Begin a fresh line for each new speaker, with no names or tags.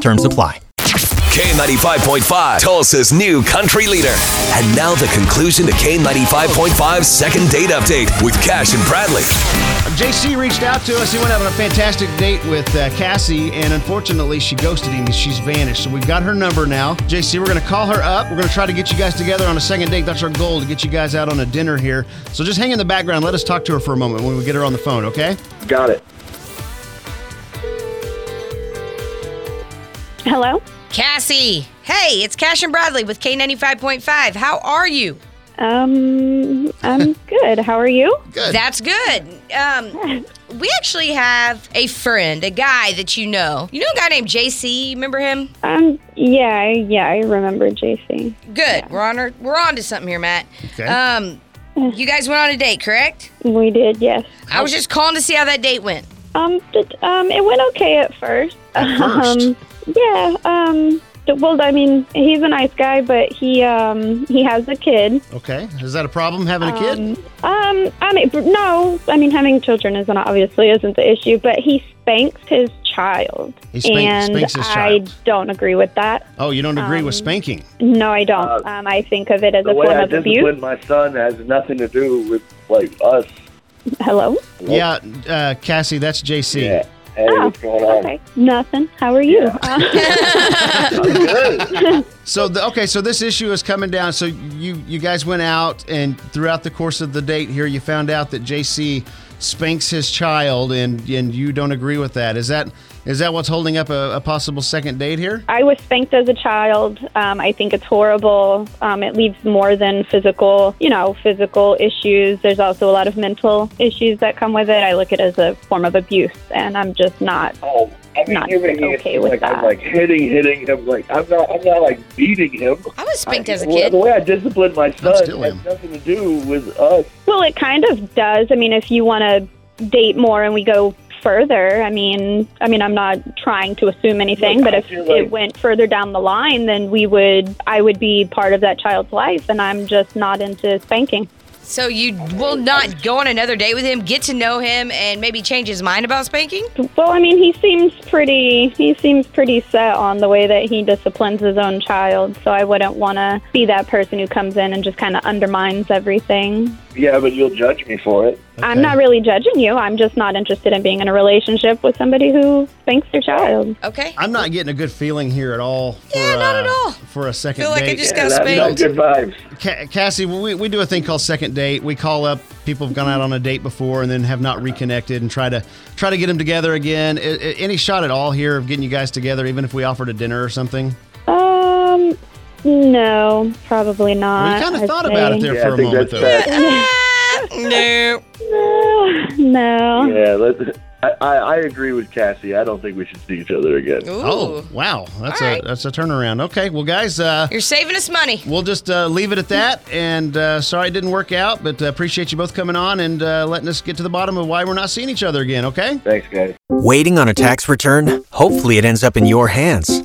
Terms apply.
K95.5, Tulsa's new country leader. And now the conclusion to K95.5's second date update with Cash and Bradley.
JC reached out to us. He went out on a fantastic date with uh, Cassie, and unfortunately, she ghosted him. She's vanished. So we've got her number now. JC, we're going to call her up. We're going to try to get you guys together on a second date. That's our goal to get you guys out on a dinner here. So just hang in the background. Let us talk to her for a moment when we get her on the phone, okay?
Got it.
Hello.
Cassie. Hey, it's Cash and Bradley with K95.5. How are you?
Um, I'm good. How are you?
Good.
That's good. Um, we actually have a friend, a guy that you know. You know a guy named JC, remember him?
Um, yeah, I- yeah, I remember JC.
Good. We're on our, we're on to something here, Matt.
Okay.
Um, you guys went on a date, correct?
We did, yes.
I was just calling to see how that date went.
Um, but, um, it went okay at first.
At first?
Um, yeah. Um, d- well, I mean, he's a nice guy, but he, um, he has a kid.
okay. Is that a problem having a kid?
Um, um, I mean, b- no, I mean, having children isn't obviously isn't the issue, but he spanks his child,
He spank-
and
spanks his
I
child.
don't agree with that.
Oh, you don't agree with
um,
spanking?
No, I don't.
Uh,
um, I think of it as
The
a
way
form
I
of abuse.
discipline my son has nothing to do with like us.
Hello.
Yeah, uh, Cassie, that's JC.
Yeah. Hey,
Oh,
what's going on?
Okay. Nothing. How are you? Uh,
So the, okay, so this issue is coming down. So you you guys went out, and throughout the course of the date here, you found out that JC spanks his child, and and you don't agree with that. Is that is that what's holding up a, a possible second date here?
I was spanked as a child. Um, I think it's horrible. Um, it leaves more than physical, you know, physical issues. There's also a lot of mental issues that come with it. I look at it as a form of abuse, and I'm just not.
Oh, I mean,
Not
you're making it
okay
seem
with
like I'm
that.
like hitting, hitting him. Like I'm not, I'm not like beating him.
I was spanked as a
Well, The
kid.
way I disciplined my son
still
has
him.
nothing to do with us.
Well, it kind of does. I mean, if you want to date more and we go further, I mean, I mean, I'm not trying to assume anything,
Look,
but
I
if
feel
it
like-
went further down the line, then we would, I would be part of that child's life, and I'm just not into spanking.
So you will not go on another date with him, get to know him, and maybe change his mind about spanking?
Well, I mean, he seems pretty. He seems pretty set on the way that he disciplines his own child. So I wouldn't want to be that person who comes in and just kind of undermines everything.
Yeah, but you'll judge me for it.
I'm not really judging you. I'm just not interested in being in a relationship with somebody who spanks their child.
Okay.
I'm not getting a good feeling here at all. For,
Yeah, not at
uh,
all.
For a second
Feel like I
date,
just
Yeah,
got
that's no
spanked.
good vibes.
Ca- Cassie, we, we do a thing called second date. We call up people who've gone out on a date before and then have not reconnected and try to try to get them together again. I- I- any shot at all here of getting you guys together, even if we offered a dinner or something?
Um, no, probably not.
Well, you kind of
I'd
thought
say.
about it there
Yeah,
for
I
a
think
moment, though.
that's that.
Ah, no.
No, no.
Yeah, let I, I, I agree with Cassie. I don't think we should see each other again.
Ooh.
Oh, wow, that's
All
a
right.
that's a turnaround. Okay, well, guys, uh,
You're saving us money.
we'll just uh, leave it at that. And uh, sorry it didn't work out, but uh, appreciate you both coming on and uh, letting us get to the bottom of why we're not seeing each other again. Okay.
Thanks, guys.
Waiting on a tax return? Hopefully, it ends up in your hands.